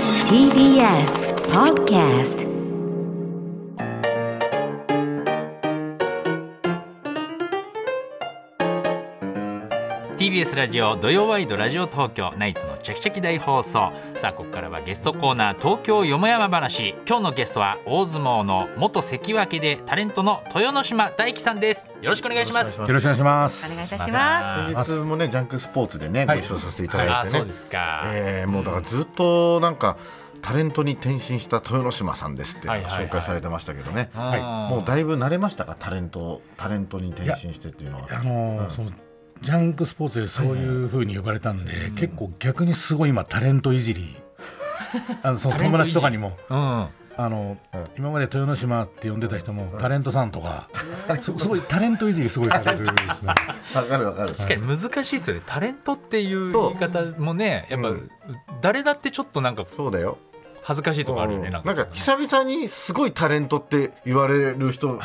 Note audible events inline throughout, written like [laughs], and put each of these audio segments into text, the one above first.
TBS Podcast ー TBS ラジオ土曜ワイドラジオ東京ナイツのチャキチャキ大放送さあここからはゲストコーナー東京よもやま話今日のゲストは大相撲の元関脇でタレントの豊ノ島大輝さんですよろしくお願いしますよよろしくお願いします。お願いいたします先日もねジャンクスポーツでね、はいご一緒させていたあだーいてそうねで、すか、えーもうだからずっとなんかタレントに転身した豊ノ島さんですってはいはいはい紹介されてましたけどね、はいもうだいぶ慣れましたかタレントタレントに転身してっていうのはあのーそのジャンクスポーツでそういう風に呼ばれたんで、結構逆にすごい今タレントいじり、あのその友達とかにも。うんあの今まで豊ノ島って呼んでた人もタレントさんとか、 [laughs] すすごいタレントいじりすごいされるんですねわかるわかる確かに難しいですよねタレントっていう言い方もねやっぱ、うん誰だってちょっとなんかそうだよ恥ずかしいとこあるよね、うんなんなかんか久々にすごいタレントって言われ [laughs] る人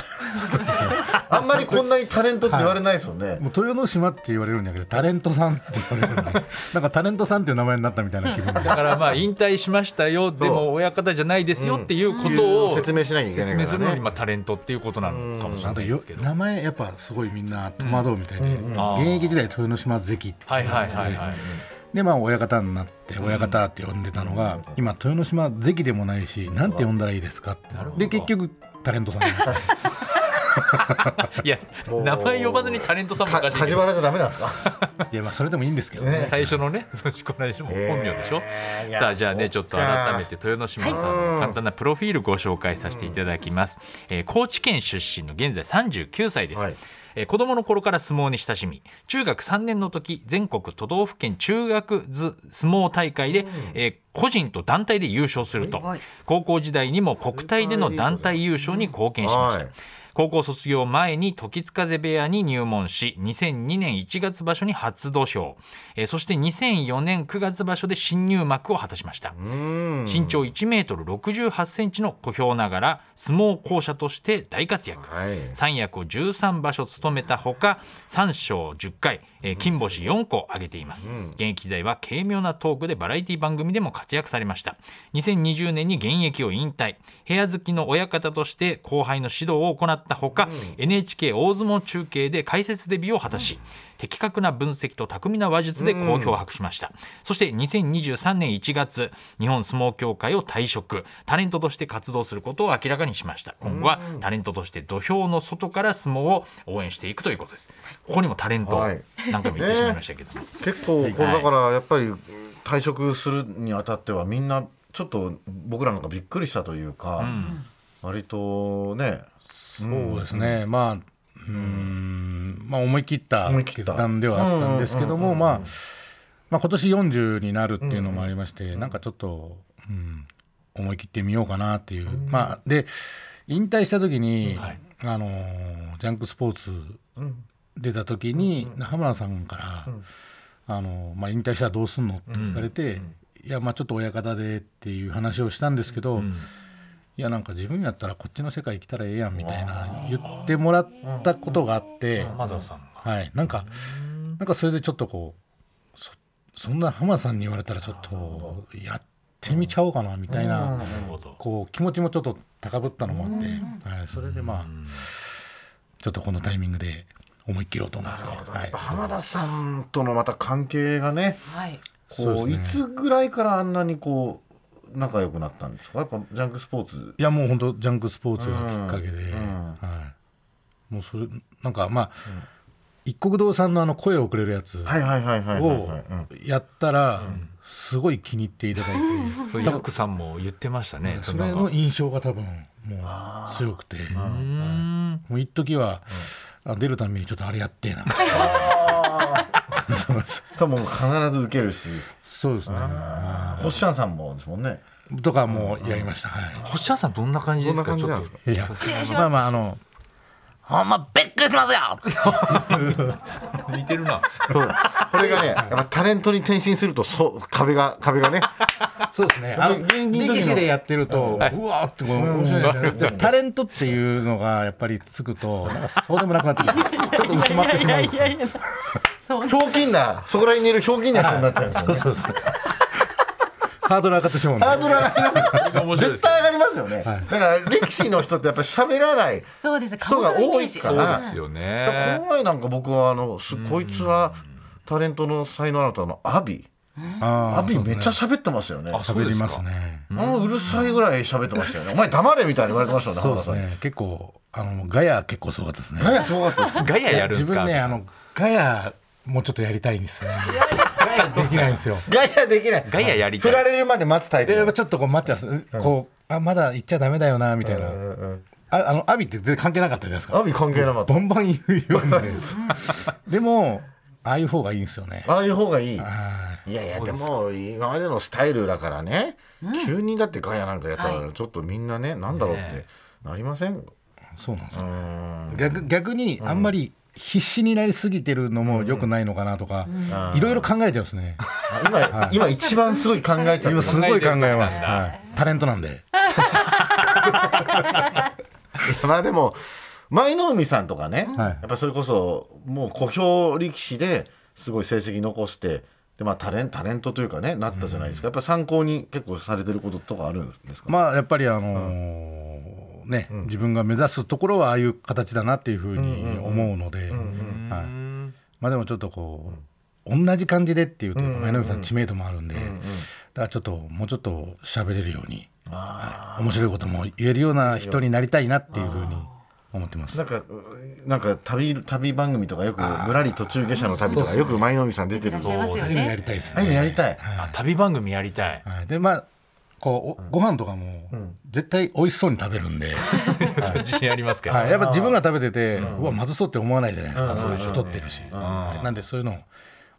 あんまりこんなにタレントって言われないですよね、もう豊ノ島って言われるんだけどタレントさんって言われるんでなんかタレントさんっていう名前になったみたいな気分でだからまあ引退しましたよでも親方じゃないですよっていうことを説明しなきゃいけない説明から、ね、するのにまあタレントっていうことなのかもしれあなといでよすけど名前やっぱすごいみんな戸惑うみたいで、あー現役時代豊ノ島関ってはいはいはいはいでまあ親方になって親方って呼んでたのが、今豊ノ島関でもないしなんて呼んだらいいですかってるほどで結局タレントさんになったいや名前呼ばずにタレントさんもおかしいけ梶ど原じゃダメなんですか [laughs] いやまあそれでもいいんですけどねね最初のねそしこの間も [laughs] 本名でしょ、えーいやさあじゃあねちそょうっかと改めて豊ノ島さんの簡単なプロフィールご紹介させていただきます、えー高知県出身の現在39歳です、はいえー子供の頃から相撲に親しみ中学3年の時全国都道府県中学ず相撲大会で、えー個人と団体で優勝するとはい高校時代にも国体での団体優勝に貢献しました、はい高校卒業前に時津風部屋に入門し2002年1月場所に初土俵、えーそして2004年9月場所で新入幕を果たしましたうん身長1メートル68センチの小兵ながら相撲巧者として大活躍はい三役を13場所務めたほか3勝10回、えー金星4個を挙げています、現役時代は軽妙なトークでバラエティ番組でも活躍されました2020年に現役を引退部屋好きの親方として後輩の指導を行ったほか、NHK 大相撲中継で解説デビューを果たし、的確な分析と巧みな話術で好評を博しました、そして2023年1月日本相撲協会を退職タレントとして活動することを明らかにしました今後はタレントとして土俵の外から相撲を応援していくということですここにもタレントはい何回も言ってしまいましたけど、結構これだからやっぱり退職するにあたってはみんなちょっと僕らなんかびっくりしたというか、割とねそうですね、まあうーんまあ思い切った思い切決った断ではあったんですけども、まあ、まあ今年40になるっていうのもありまして、なんかちょっと、うん、思い切ってみようかなっていう、まあで引退した時に、あのージャンクスポーツ出た時に、浜田さんから、あのーまあ、引退したらどうすんの?」って聞かれて。いやまあちょっと親方でっていう話をしたんですけど、いやなんか自分やったらこっちの世界来たらええやんみたいな言ってもらったことがあって、浜田さんがはい、なんかなんかそれでちょっとこうそそんな浜田さんに言われたらちょっとやってみちゃおうかなみたいななるほどこう気持ちもちょっと高ぶったのもあって、はい、それでまあちょっとこのタイミングで思い切ろうと思って、はい、浜田さんとのまた関係がねはいこうそうですいつぐらいからあんなにこう仲良くなったんですかやっぱジャンクスポーツいやもう本当ジャンクスポーツがきっかけで、うんうんはい、もうそれなんかまあ、一国堂さんのあの声をくれるやつはいはいはいはいはいをはいうんやったらすごい気に入っていただいそうて、多ヤ分クさんも言ってましたねそれなんのか印象が多分もう強くて、うーんもう一時は、あ出るためにちょっとあれやってえな多分必ず受けるしそうですねは星シャンさんもですもんねいとかもやりました、はい。星谷さんどんな感じですかどんな感じなんですかちょっといや、まあまあ、あの、ほんまびっくりしますよ似てるなそうこれがねやっぱタレントに転身するとそう壁が壁がねそうですね。あの芸人の時の力士でやってると、うわーってこう面白いねでもタレントっていうのがやっぱりつくと、なんかそうでもなくなってく [laughs] る。ちょっと薄まってしまうんですよ。ひょうきんなそこら辺にいるひょうきんな人になっちゃうんですよねそうそうそう。ハードル上がってしまうんでハードル上がりますよれが面白いで [laughs] 絶すけど対上がりますよね、はいだから歴史の人ってやっぱり喋らないそうです人が多いか顔のイメーらジですよだからねこの前なんか僕はあのすこいつはタレントの才能あなたのアビあアービめっちゃ喋ってますよねあそう喋りますねあのうるさいぐらい喋ってましたよねお前黙れみたいに言われてましたよねそうです浜田ね結構あのガヤ結構すごかったですねさんねすごかったですガヤやるんで自すか分ねあのガヤもうちょっとやりたいんですよね [laughs] ガヤできないんですよガヤできないガヤやりた振いられるまで待つタイプでやっぱちょっとこう待っちゃうこうあまだ行っちゃダメだよなみたいなああのアビって全然関係なかったじゃないですかアビ関係なかったバンバン言うようになるんですでもああいう方がいいんですよねああいう方がいいはいやいやでも今までのスタイルだからね、急にだってガヤなんかやったらちょっとみんなね、なんだろうってなりません、そうなんですうよん逆逆にあんまり必死になりすぎてるのも良くないのかなとかあーいろいろ考えちゃうんですね今、今一番すごい考えちゃって今ますすごい考えま考えてるす、人なんだはい、タレントなんで [laughs] まあでも舞の海さんとかね、はいやっぱそれこそもう小兵力士ですごい成績残してで、まあ、タレンタレントというかねなったじゃないですか、やっぱ参考に結構されてることとかあるんですか、まあやっぱりあのーね、自分が目指すところはああいう形だなっていうふうに思うので、はい、まあでもちょっとこう同じ感じでっていうと前のみさん知名度もあるんで、だからちょっともうちょっと喋れるように、はい面白いことも言えるような人になりたいなっていうふうに思ってますなん。かなんか旅旅番組とかよくぶらり途中下車の旅とかよく舞の海さん出てるいらっしゃいますよやねりたいですああいうのね。やりたい、あ旅番組やりたいはい、でまあこうおご飯とかも絶対美味しそうに食べる [laughs] んで。それ [laughs] 自信ありますけどはい、やっぱ自分が食べてて、うわまずそうって思わないじゃないですか、そういう人取ってるし、はいなんでそういうのを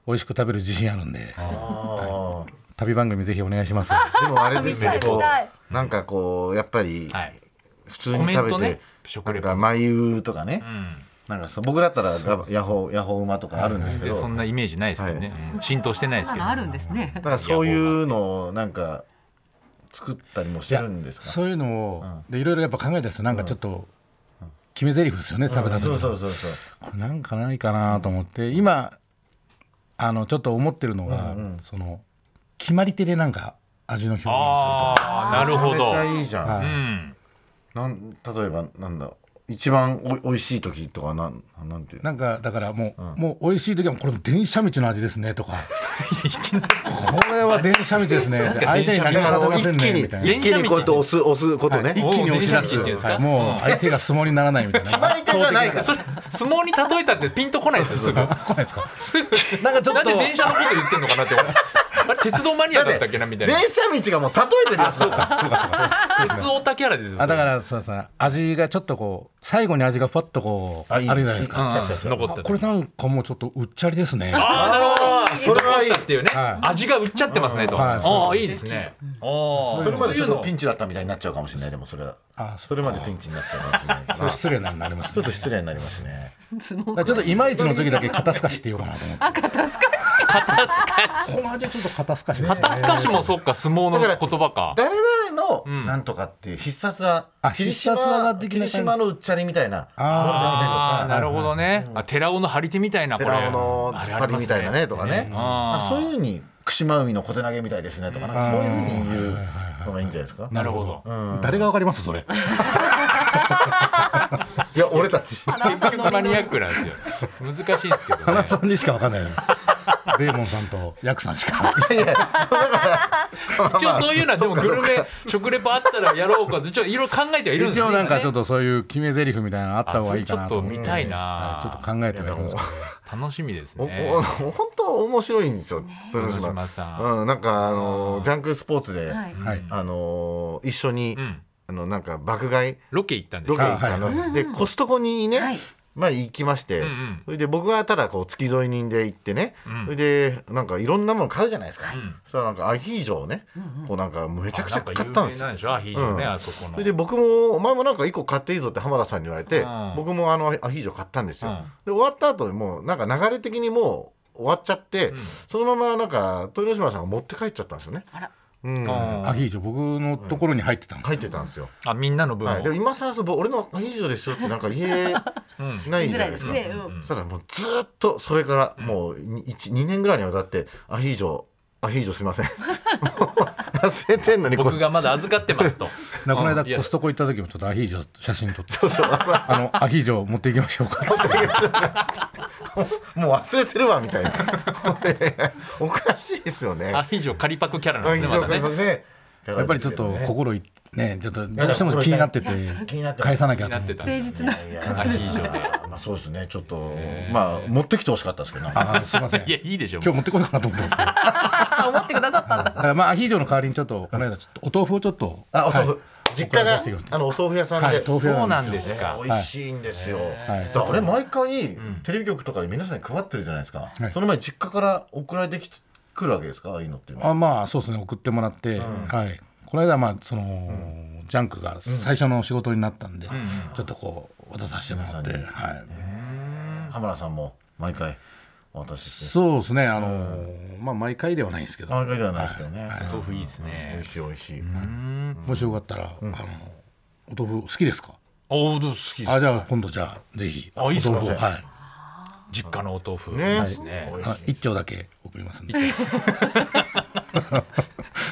美味しく食べる自信あるんで、ああ旅番組ぜひお願いしますでもあれですけ見たい見どたいなんかこうやっぱりはい普通にコメ食ンべトて、ね食なレんポか眉とかね、うんなんかそう僕だったらガバヤホーヤホー馬とかあるんです全け然どそんなイメージないですけどね、うん浸透してないですそんけなどのあるんですねだからそういうのをなんか作ったりもしてるんですかそういうのを、でいろいろやっぱ考えたんですよなんかちょっと決め台詞ですよね食べた時そのうそうそうそうこれなんかないかなと思って今あのちょっと思ってるのが、その決まり手でなんか味の表現をああなるほめちどゃめちゃいいじゃん、はうんなん例えばなんだろう一番おいしい時とかなんなんていうするなんかだからもう、もう美味しい時はこれ電車道の味ですねとかこれは電車道ですね確か相に手に何もさせませんねみたいな一気にこうやって押す押すこと一気に押し出すおー電車道っていうんですかはいもう相手が相撲にならないみたいな決まり手じゃないからそれ相撲に例えたってピンとこないですよすぐ来ないですかすぐなんかちょなっとんで電車のこと言ってんのかなって俺あれ鉄道マニアだったっけなみたいな電車道がもう例えてるやつだから鉄オタキャラですよあだからそうさ味がちょっとこう最後に味がパッとこうああいるいじゃないですか、それうん残ってあたこれなんかもうちょっとうっちゃりですねああなるほどそれはいい残したっていうね、は味が売っちゃってますねと、はいああいいですね、あそあれまでちょっとピンチだったみたいになっちゃうかもしれないでもそれはあそれまでピンチになっちゃうかも [laughs] しれないかそれらち失礼なになりますょっねと失礼になりますね相撲だからちょっといまいちの時だけ肩透かしって言おうかなと思って肩透かしこの味ちょっと肩透かしですね肩透かしもそっか相撲の言葉か誰々のなんとかっていう必殺は、あ霧島必殺技的な感霧じ島のうっちゃりみたいなああもんですねとかなるほどね、あ寺尾の張り手みたいなこれ寺尾の突っ張りみたいあれなあねりとますかねなんかあそういうーふうに串間海の小手投げみたいですねとかなんかそういうふうに言うのがいいんじゃないですかなるほど、誰がわかりますそれいや俺たち結局マニアックなんですよ難しいですけどね [laughs] 花さんにしかわかんないよデーモンさんとヤクさんしか一応そういうのはでもグルメ食レポあったらやろうか一応いろいろ考えてはいるんです一よ応ねなんかちょっとそういう決め台詞みたいなのあったあ方そがいれいちかょなっとと思って見たいな、はいちょっと考えてはいるんですけど楽しみですおおね本当面白いんですよ豊豊島さんうん、なんかあのジャンクスポーツで、はいはいあの一緒に、んあのなんか爆買いロケ行ったんでしロょケ行ったあはいのでコストコにね、はいまあ行きまして、んうんそれで僕はただこう付き添い人で行ってね、それでなんかいろんなもの買うじゃないですか、そしたらなんかアヒージョをね、こうなんかめちゃくちゃ買ったんですなよんか有名なんでしょアヒージョね、うんあそこのそれで僕もお前もなんか一個買っていいぞって浜田さんに言われて、うん僕もあのアヒージョ買ったんですよ、うんで終わった後にもうなんか流れ的にもう終わっちゃって、そのままなんか豊ノ島さんが持って帰っちゃったんですよねあらうんうんアヒージョ僕のところに入ってたんです入ってたんですよ、あみんなの分を、はい、でも今更そう僕俺のアヒージョですよってなんか言えうん [laughs] な言いいづじゃならいいでですすかねうんそしたらもうずっとそれ [laughs] からもう 2, 年ぐらいにわたってアヒージョアヒージョすいませんもう忘れてんのにこ僕れがまだ預かってます [laughs] となこうのんい間やコストコ行った時もちょっとアヒージョ写真撮って [laughs] そうそう忘あのアヒージョ持っていきましょうかれもう忘れてるわみたいな [laughs] おかしいですよねアヒージョ仮パクキャラなんですねまだねねやっぱりちょっと心いねちょっとどうしても気になってて気になってます返さなきゃにとなっ思っててたんで誠実ないやいやアヒージョでまあそうですねちょっとまあ持ってきてほしかったですけどねあーすいませんいやいいでしょう今日持ってこようかなと思ってますけどだ思ってくださったんだからまあアヒージョの代わりにちょっとこの間ちょっとお豆腐をちょっとあお豆腐実家はいがあのお豆腐屋さんはいはでい豆腐そう屋ななんんでですすねか美味しいんですよ。はいだからあれ毎回テレビ局とかで皆さんに配ってるじゃないですかは。いその前に実家から送られてきてくるわけですかああいうのっていうのは。あまあそうですね送ってもらって、はいこの間まあその、ジャンクが最初の仕事になったんで、ちょっとこう渡させてもらって、皆はい、浜田さんも毎回渡してきて。そうですねあのまあ毎回ではないんですけど、毎回ではないですけどね。豆腐いいですね美味しい美味しい。もしよかったら、あのお豆腐好きですかおお好きですあじゃあ今度じゃあぜひあいいっすおね豆腐をはい実家のお豆腐ねいいですね美味あしい。一丁だけ送りますんで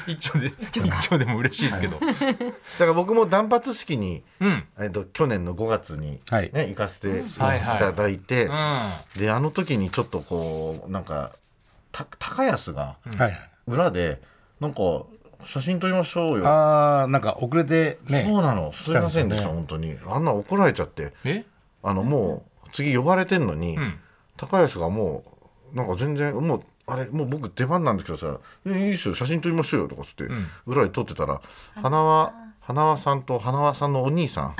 一丁で一丁でも嬉しいですけどだから僕も断髪式にうんえっと去年の5月にはいね行かせていはいただいてうん、であの時にちょっとこうなんかた高安がはい裏でなんか写真撮りましょうよ。あーなんか遅れてねそうなの、すいませんでした、来本当に。あんな怒られちゃって、えあの、もう、次呼ばれてんのに、ん高安がもう、なんか全然、もう、あれ、もう僕出番なんですけどさ、いいですよ、写真撮りましょうよとかつって、裏で撮ってたら、花輪、花輪さんと花輪さんのお兄さん、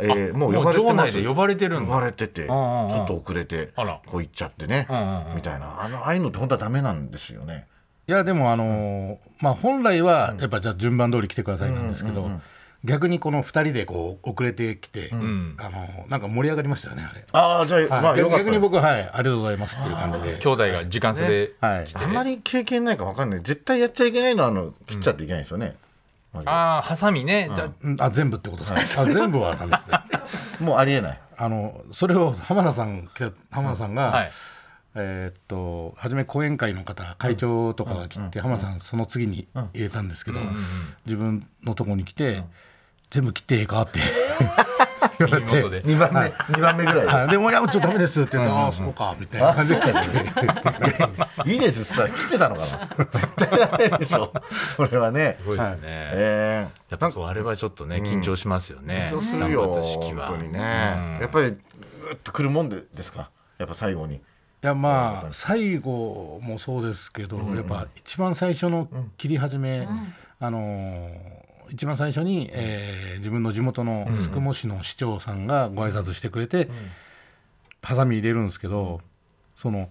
えーもう呼もばうれて場ま内す。で呼ばれてるん呼だばれてて、ちんうんょっと遅れて、あらこう行っちゃってね、みたいな。あの、ああいうのって本当はダメなんですよね。いやでもあのーまあ本来はやっぱじゃあ順番通り来てくださいなんですけど、逆にこの二人でこう遅れてきて、あのーなんか盛り上がりましたよねあれ、ああ、じゃあ、まあ、逆よかった逆に僕は、はい、ありがとうございますっていう感じで兄弟が時間差ではい来てあんまり経験ないかわかんない。絶対やっちゃいけないのは、あの、切っちゃっていけないですよね。ああハサミねじゃうんあ全部ってことですか、あ全部はなんですねもうありえない。あのそれを浜田さん来た浜田さんが、はいえーっと初め後援会の方会長とかが来て、浜田さんその次に入れたんですけど、自分のとこに来て、全部切ってええか [laughs] って言われ耳元てで。二番目、二番目ぐらはい、でも、いや、ちょっとダメですって言うのああ、そうか、みたいな感じで。 [laughs] い。いいです。さ、来てたのかな。絶対ダメでしょ。それはねす。ごいですね、ええやっぱそうあれはちょっとね緊張しますよね、緊張するよ。断髪式本は当にね。やっぱり、ぐっと来るもんで、ですか。やっぱ最後に。いやまあ最後もそうですけど、やっぱ一番最初の切り始め、あのー一番最初に、えー自分の地元の宿毛市の市長さんがご挨拶してくれて、ハサミ入れるんですけどその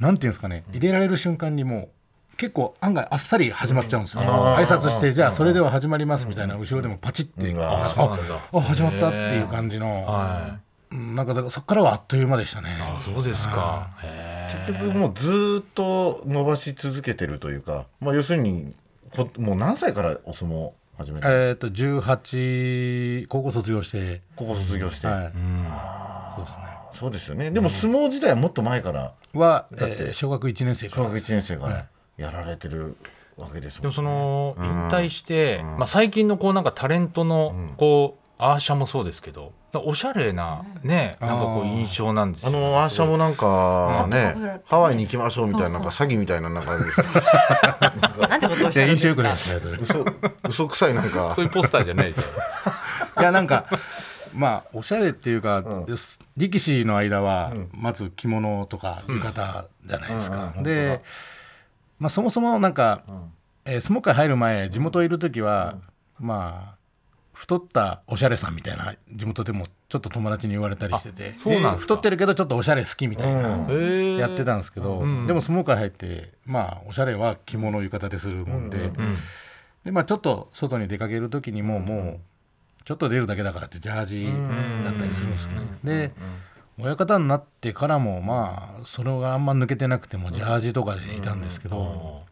なんていうんですかね入れられる瞬間にもう結構案外あっさり始まっちゃうんですよ、挨拶して、じゃあそれでは始まりますみたいな、後ろでもパチって、うんああそうなんだあ始まったっていう感じの、はうんなんかだからそこからはあっという間でしたね。あそうですかへ結局、もうずーっと伸ばし続けてるというか。まあ、要するに、こ、もう何歳からお相撲始めた。えっ、と18高校卒業して、ここ卒業して。はいそうですよね。でも、相撲自体はもっと前から。は、えー小学1年生か小ら学一年生かはら。やられてる。わけでですもんもその引退して、まあ、最近のこうなんかタレントのこう、アーシャもそうですけどなんかおしゃれなねなんかこう印象なんですあよ、のアーシャもなんかね、ハワイに行きましょうみたいなそなうんそかう詐欺みたいななんか [laughs] なんてことをおっいしゃやるん印です象良くないかですね [laughs] それい嘘 [laughs] 嘘くさいなんかそういうポスターじゃないですよやなんかまあおしゃれっていうか、力士の間は、まず着物とか浴衣じゃないですか、で、まあ、そもそもなんか、えー相撲界入る前地元いる時は、まあ太ったおしゃれさんみたいな地元でもちょっと友達に言われたりしててそうなんですか太ってるけどちょっとおしゃれ好きみたいな、 [laughs] へーやってたんですけど、でも相撲界入ってまあおしゃれは着物浴衣でするもんで,、でまあ、ちょっと外に出かける時にももうちょっと出るだけだからってジャージだったりするんですよね。で親方になってからもまあそれがあんま抜けてなくてもジャージとかでいたんですけど、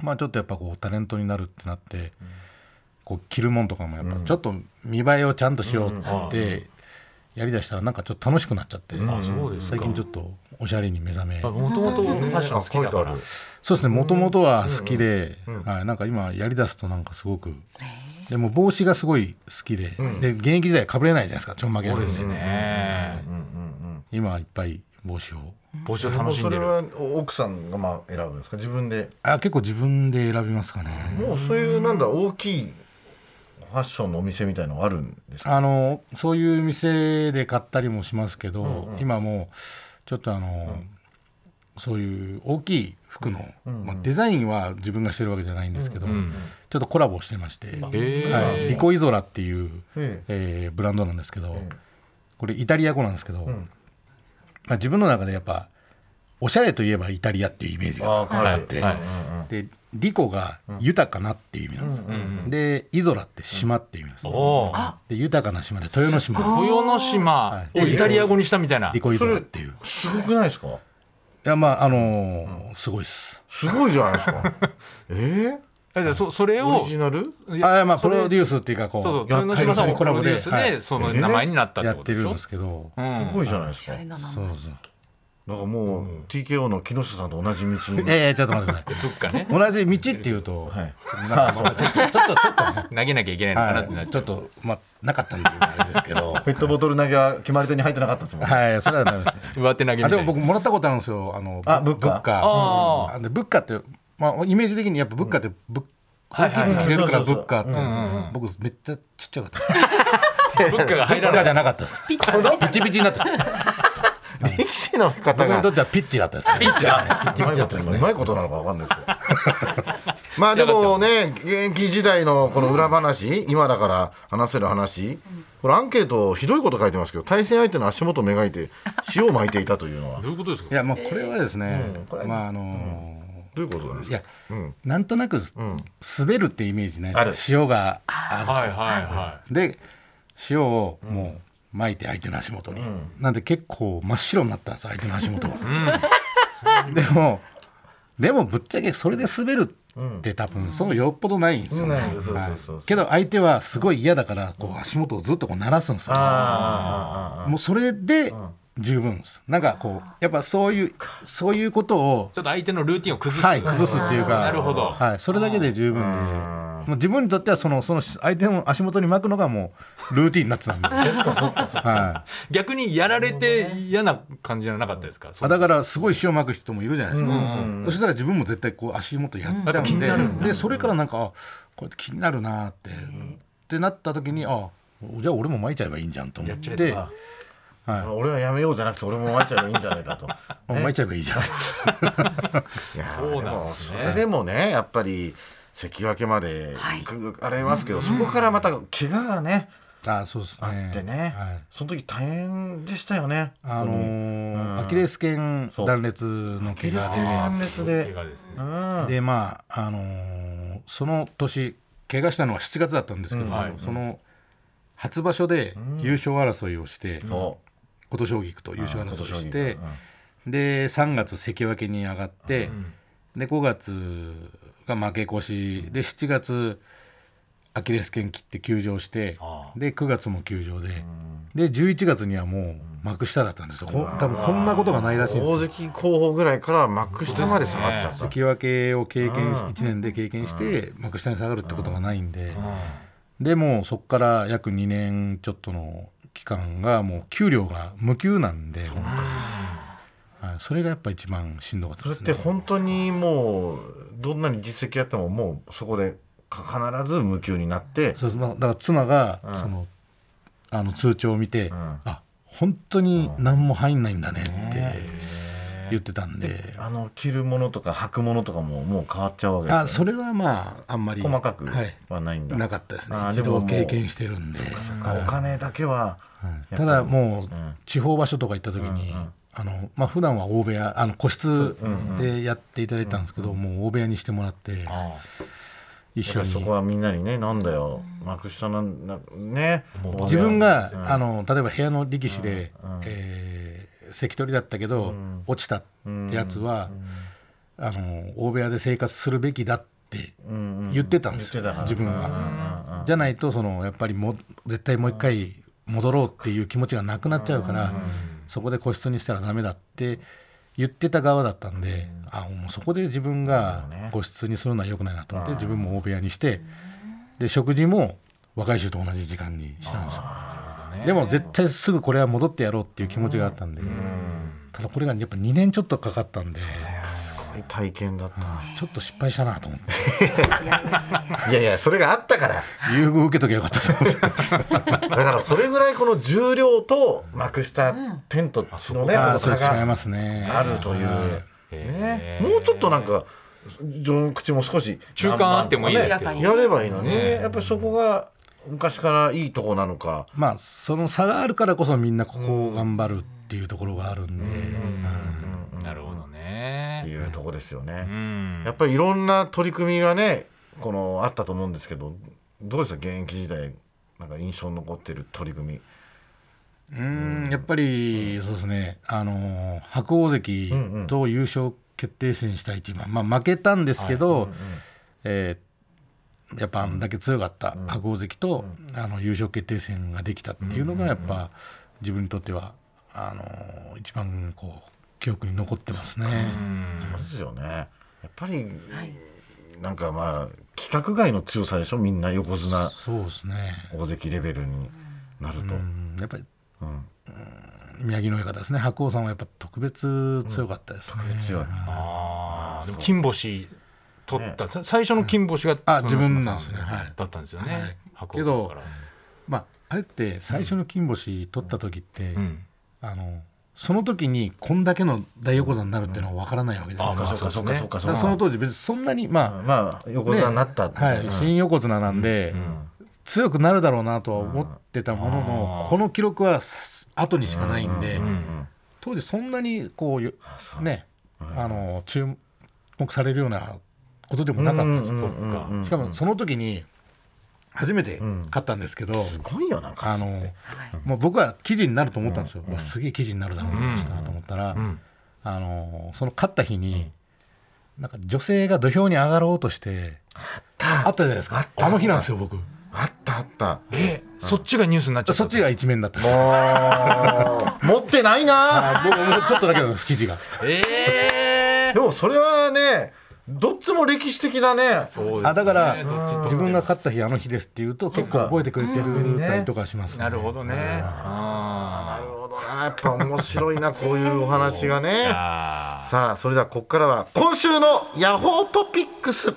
まあちょっとやっぱこうタレントになるってなってこう着るもんとかもやっぱちょっと見栄えをちゃんとしようってやりだしたらなんかちょっと楽しくなっちゃって、あそうですか最近ちょっとおしゃれに目覚め、もともとファッション好きだから、そうですねもともとは好きで、はい、なんか今やりだすとなんかすごくでも帽子がすごい好きで,、で現役時代かぶれないじゃないですかちょんまげそうですね、今はいっぱい帽子を帽子をも楽うしんそでれるは奥さんがまあ選ぶんですか自分であ結構自分で選びますかねもうそういうなんだ大きいファッションのお店みたいのあるんですかあのそういう店で買ったりもしますけど、今もうちょっとあの、そういう大きい服の、まあ、デザインは自分がしてるわけじゃないんですけど、んちょっとコラボしてまして、へーはい、リコイゾラっていう、ええーブランドなんですけど、これイタリア語なんですけど、まあ、自分の中でやっぱおしゃれといえばイタリアっていうイメージがあーあって、はいはいでリコが豊かなっていう意味なんですよ、でイゾラって島っていう意味なんですよ、おおで豊かな島で豊ノ島豊ノ島をイタリア語にしたみたいなリコイそゾラれっていういすごくないですかやまああのーすごいですすごいじゃないです [laughs] かええじゃあそそれー、オをリジナルいやあまあそプれロデュースっていうかこうそうそう豊ノ島さんもコラボデュースはいでその名前になったってやこっとてでしるんょですけどうすんごいじゃないですかれな名そ前うそうだからもう TKO の木下さんと同じ道にいやいやちょっと待ってくださ物価ねい同じ道っていうと、はいなんかまあちょっとちょっとね投げなきゃいけないのかなってなはっいちちゃょっとまあなかったんであれですけ [laughs] どペットボトル投げは決まり手に入ってなかったですもん、はいそれはダメですねう上手投げみたいなあでも僕もらったことあるんですよあのあブッカブッカああでブッカってまあイメージ的にやっぱブッカってブッ大きいの着れるからブッカって僕めっちゃちっちゃかった物価が入らなブッカいじゃなかったですピッチピチになった力士の方僕にがとってはピッチだったですねピッチだうまいことうまいことなのかわかんないですけど [laughs] まあでもね現役時代のこの裏話、今だから話せる話これアンケートひどいこと書いてますけど対戦相手の足元をめがいて塩を巻いていたという [laughs] のはどういうことですかいやまあこれはですねまああのどういうことなんですいかやなんとなく滑るってイメージないですか塩がはいはいはで塩をもう巻いて相手の足元に、なんで結構真っ白になったんです相手の足元は、でもでもぶっちゃけそれで滑るって多分そうよっぽどないんですよね、ないそうそうそうそうはいけど相手はすごい嫌だからこう足元をずっとこう鳴らすんですよあもうそれで十分ですなんかこうやっぱそういうそういうことをいちょっと相手のルーティンを崩すはい、崩すっていうか、なるほどはい、それだけで十分で、もう自分にとってはそのその相手の足元に巻くのがもうルーティンになってた [laughs] んで、は逆にやられて嫌な感じじゃなかったですかい、あだからすごい塩巻く人もいるじゃないですか、そしたら自分も絶対こう足元やっちゃうんで,、でそれからなんかあこれって気になるなーって、ってなった時にあじゃあ俺も巻いちゃえばいいんじゃんと思ってばはいあ俺はやめようじゃなくて俺も巻いちゃえばいいんじゃないかとあ巻いちゃえばいいじゃん。いやそうでなんもですそねれでもねやっぱり関脇まで行くあれますけど、そこからまた怪我がねあそうですあね。ってね、はいその時大変でしたよねあのーうんアキレス腱断裂アの怪キレス我腱断で怪裂我ですねうん [laughs] でまああのーその年怪我したのは7月だったんですけども、はいその初場所で優勝争いをして、そ琴奨菊と優勝う争いをして、で3月関脇に上がって、で5月が負け越しで7月アキレス腱切って休場してあで9月も休場で。で11月にはもう幕下だったんですよ、こん多分こんなことがないらしいんですよ大関候補ぐらいから幕下まで下がっちゃった、関脇を経験し1年で経験して幕下に下がるってことがないんででもうそこから約2年ちょっとの期間がもう給料が無給なんではいそれがやっぱ一番しんどかっそたれっでてすね本当にもうどんなに実績あってももうそこでか必ず無給になってそうまあだから妻がそのあの通帳を見てあ本当に何も入んないんだねって言ってたんであの着るものとか履くものとかももう変わっちゃうわけあですそよねれはまああんまり細かくはいはないんだ、なかったですねあー一でも度もう経験してるんで。お金だけは、ただもう地方場所とか行った時に、あのまあ普段は大部屋あの個室でやっていただいたんですけど、もう大部屋にしてもらってあ一緒にそこはみんなにねなんだよ幕下なんだね自分が、あの例えば部屋の力士で、えー関取だったけど、落ちたってやつは、あの大部屋で生活するべきだって言ってたんです言よ、ってたから自分は。じゃないとそのやっぱりもう絶対もう一回戻ろうっていう気持ちがなくなっちゃうから、そこで個室にしたらダメだって言ってた側だったんで、あもうそこで自分が個室にするのは良くないなと思って、自分も大部屋にしてで食事も若い衆と同じ時間にしたんですよ。でも絶対すぐこれは戻ってやろうっていう気持ちがあったんで、ただこれがやっぱ2年ちょっとかかったんで、すごい体験だっちょっと失敗したなと思って、たいやいやそれがあったから優遇受けときゃよかったと思って。だからそれぐらいこの重量となくしたテントのね、あああの [laughs] そ差れ違いがますね。あるという、ね、もうちょっとなんか上口も少し中間あってもいいですけどねやればいいのにねやっぱりそこが昔からいいとこなのかまあその差があるからこそみんなここを頑張るっていうところがあるんで、なるほどってね。いうとこですようね、んやっぱりいろんな取り組みがねこのあったと思うんですけどどうですか現役時代なんか印象に残ってる取り組みうんやっぱりそうですねあの白鵬関と優勝決定戦した一番、まあ負けたんですけど、えーやっぱあんだけ強かった白鵬関と、あの優勝決定戦ができたっていうのがやっぱ自分にとってはあの一番こう記憶に残ってますね。そうですよねやっぱり、なんかまあ規格外の強さでしょみんな横綱そうですね。大関レベルになると、うんやっぱり、うん宮城の親方ですね白鵬さんはやっぱ特別強かったですね、強い、あーでも金星取った、さ最初の金星が、あその自分なんですねはいだったんですよはねい。白鵬さんからまああれって最初の金星取った時って、うんあのその時にこんだけの大横綱になるっていうのは分からないわけじゃないですか,、あそうかそうかそうかだそうからかその当時別にそんなにままああ、横綱になったみたはいい、な新横綱なんで、強くなるだろうなとは思ってたものの、この記録はす後にしかないんで、当時そんなにこうよね、あの注目されるようなことでもなかったんですよ、そっか。しかもその時に初めて勝ったんですけど、すごいよなんかあのもう僕は記事になると思ったんですよ、うわすげえ記事になるだろうなと思ったら、あのその勝った日に、なんか女性が土俵に上がろうとしてあったじゃないですかあの日なんですよ僕あったあったえ、そっちがニュースになっちゃった。そっちが一面だったんですよあー持ってないな僕もうちょっとだけなんです記 [laughs] 事がええでもそれはねどっちも歴史的だねそうですねあだからどっちにとって自分が勝った日あの日ですって言うと結構覚えてくれてるたりとかします、ねなるほどね。なあるほどなやっぱ面白いなこういうお話がねあさあそれではここからは今週のヤホートピックス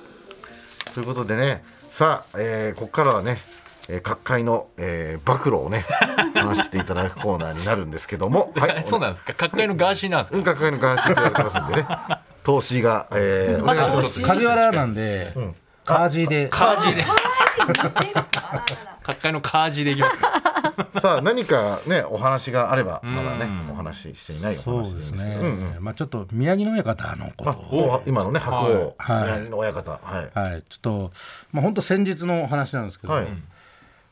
ということでねさあ、えーここからはね、えー各界の、えー暴露 [laughs] をね話していただくコーナーになるんですけども、はー。そうなんですか。各界のガーシーなんですうんか。各界の関心と言われてますんでね投資が、えー、お願いしますそう梶原なんで、カージーでカージで。各界のカージでいきますか。 [laughs] さあ何かねお話があればまだねお話ししていないおそう話でですすねね、うんうんまあちょっと宮城の親方のことあお今のね白鵬、はい宮城の親方はい、はい、ちょっと、まあ、本当先日のお話なんですけど、はい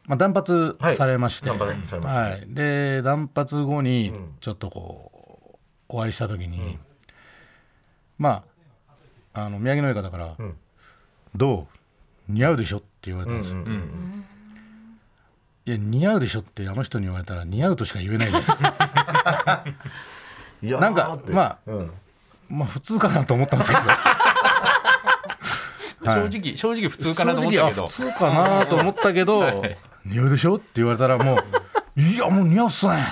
まあ、断髪されまして、はい断髪されましたねはいで断髪後にちょっとこうお会いした時に、まああの宮城の親方から「どう似合うでしょ?」って言われたんですよ。いや似合うでしょってあの人に言われたら似合うとしか言えないじゃないです [laughs] かいやーなんかってまあ、うんまあ普通かなと思ったん [laughs] ですけど正直正直普通かなと思った正直けどあ。普通かなと思った [laughs] けど、似合うでしょって言われたらもう「 [laughs] いやもう似合うっすね」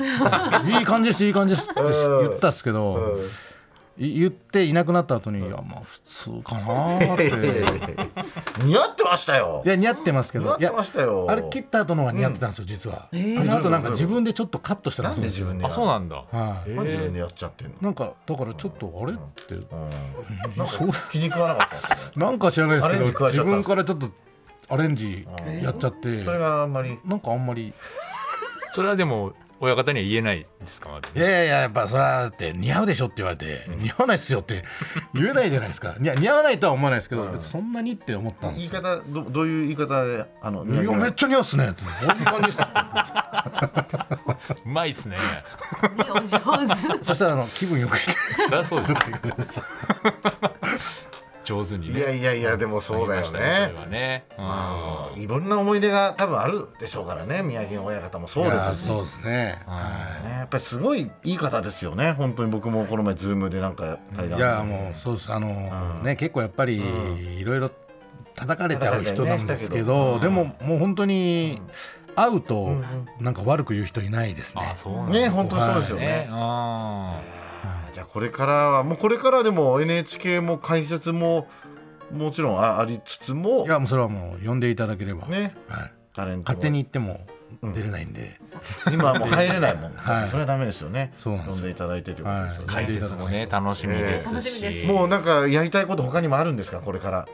いい感じですいい感じです」って言ったっすけど、い言っていなくなった後に「いやまあ普通かな」って。似合ってましたよいや似合ってますけ似合どっいやてましたよあれ切った後のが似合ってたんですよ、実は、あれちょっとなんか自分でちょっとカットしたらなしんいんでです自よ、分でやあ、るそうなんだ。はなんで自分でやっちゃってんのい、なんかだからちょっとあれって、なんか気に食わなかったんですねなんか知らないですけアレンジど加えちゃっ自た分からちょっとアレンジやっちゃってそれがあんまりなんかあんまりそれはでも親方には言えないですか。まだいやいやいややっぱそれはだって似合うでしょって言われて、似合わないっすよって言えないじゃないですか [laughs] いや似合わないとは思わないですけど、別にそんなにって思ったんで言いすよ方どどういう言い方であのいやめっちゃ似合うっすねってこういう感じっすうまいですね。お上手。そしたらあの気分よくしてそりゃそうです。 [laughs] 上手にいねやいやいやでもそうだありよねましたねそれはねまあいろんな思い出が多分あるでしょうからね宮城の親方もそうでやすしそうですね。はねやっぱりすごいいい方ですよね本当に僕もこの前ズームでなんか対い。談いやもうそうですあのね結構やっぱりいろいろ叩かれちゃう人なんですけど、でももう本当に会うとなんか悪く言う人いないですあねあ。そうなんだね本当そうですよね、ねあじゃあこれからはもうこれからでも NHK も解説ももちろんあありつつもいやもうそれはもう呼んでいただければ。ねはい。タレントも勝手に行っても出れないんで。今はもう入れないもん、はいそれはダメですよねそうなんですよ呼んでいただいてということですよあね、は解説もね楽しみです楽しみでしすもうなんかやりたいこと他にもあるんですかこれから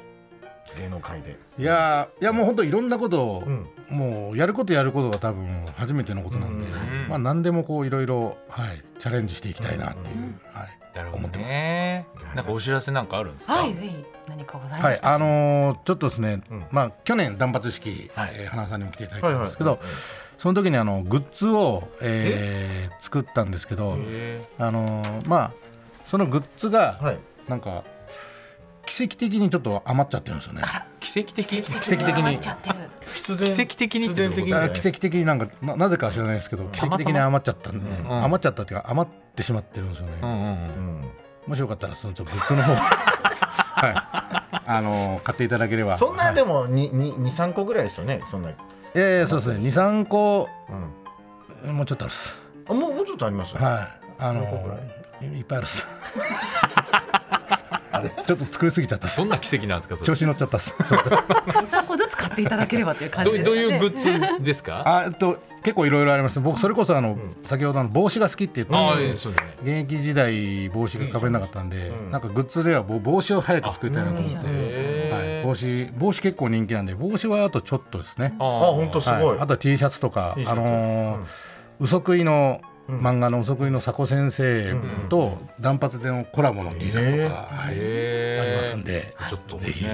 芸能界でいやーいやもう本当いろんなことを、んもうやることやることが多分初めてのことなんで、うんまあ何でもこういろいろはいチャレンジしていきたいなっていう、はいなるほ思どってます。ねなんかお知らせなんかあるんですかはい、ぜひ何かございはまいしたら。あのーちょっとですね、んまあ、去年断髪式、はいえー花輪さんにも来ていただいたんですけど、その時にあのグッズを、えー作ったんですけど、へあのーまあ、そのグッズが、はいなんか奇跡的にちょっと余っちゃってるんですよね。ー奇跡的奇奇跡的なにっちゃってる。必然奇跡的にっ必て然こと的だからに奇跡的になんかななぜかは知らないですけど奇跡的に余っちゃったんで、余っちゃったっていうか余ってしまってるんですよね、うんうんうんうんもしよかったらそのちょっと別の方はいあの買っていただければそんなでも23個ぐらいですよねそんな、ええそうですね23個うん、もうちょっとあるっすあもうもうちょっとあります、はいあのいっぱいあるっすちょっと作りすぎちゃったっすどんな奇跡なんですかそ調れ子乗っちゃったっす二三個ずつ買っていただければという感どじですうどうね。いうグッズですかあえっと結構いろいろあります僕それこそあの、先ほどの帽子が好きって言ったあんであそうですね現役時代帽子がかぶれなかったんで、なんかグッズではぼ帽子を早く作りたいなと思って、はい、帽子帽子結構人気なんで帽子はあとちょっとですね、あはああ本当すごい、い、あとは T シャツとか T シャツあのー嘘食いの漫画の嘘食いの佐古先生と断髪でのコラボの T シャツとか、はいへあーりますんでちょっとねぜひ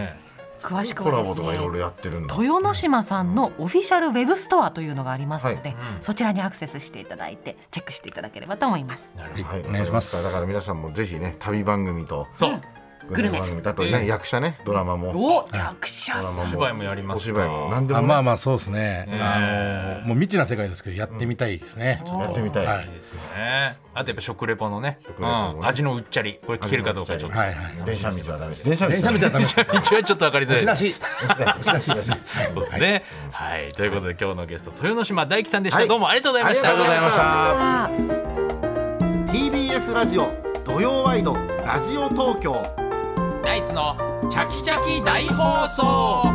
詳しくコはラでボすとかいろいろね。やってるんだ豊ノ島さんのオフィシャルウェブストアというのがありますので、そちらにアクセスしていただいてチェックしていただければと思います。はいお願いしますわかりただから皆さんもぜひね旅番組とそうグルメ番組だとね、ええ役者ねドラマもお、役者さドラマん。お芝居もやりますお芝居も何であもね、まあまあそうですね、えあのーもう未知な世界ですけどやってみたいですね、ちょっとやってみたい、はいいいですよねあとやっぱ食レポのねレポもねうん味のうっちゃりこれ聞けるかどうかちょっとはいはい電車道はダメです電車道電車道は [laughs] ダメです一応ちょっとわかりづらいしでなすし押し出し押し出しそうですねはいということで今日のゲスト豊ノ島大樹さんでしはたいどうもありがとうございましたありがとうございましたさあ TBS ラジオ土曜ワイドラジオ東京ナイツのチャキチャキ大放送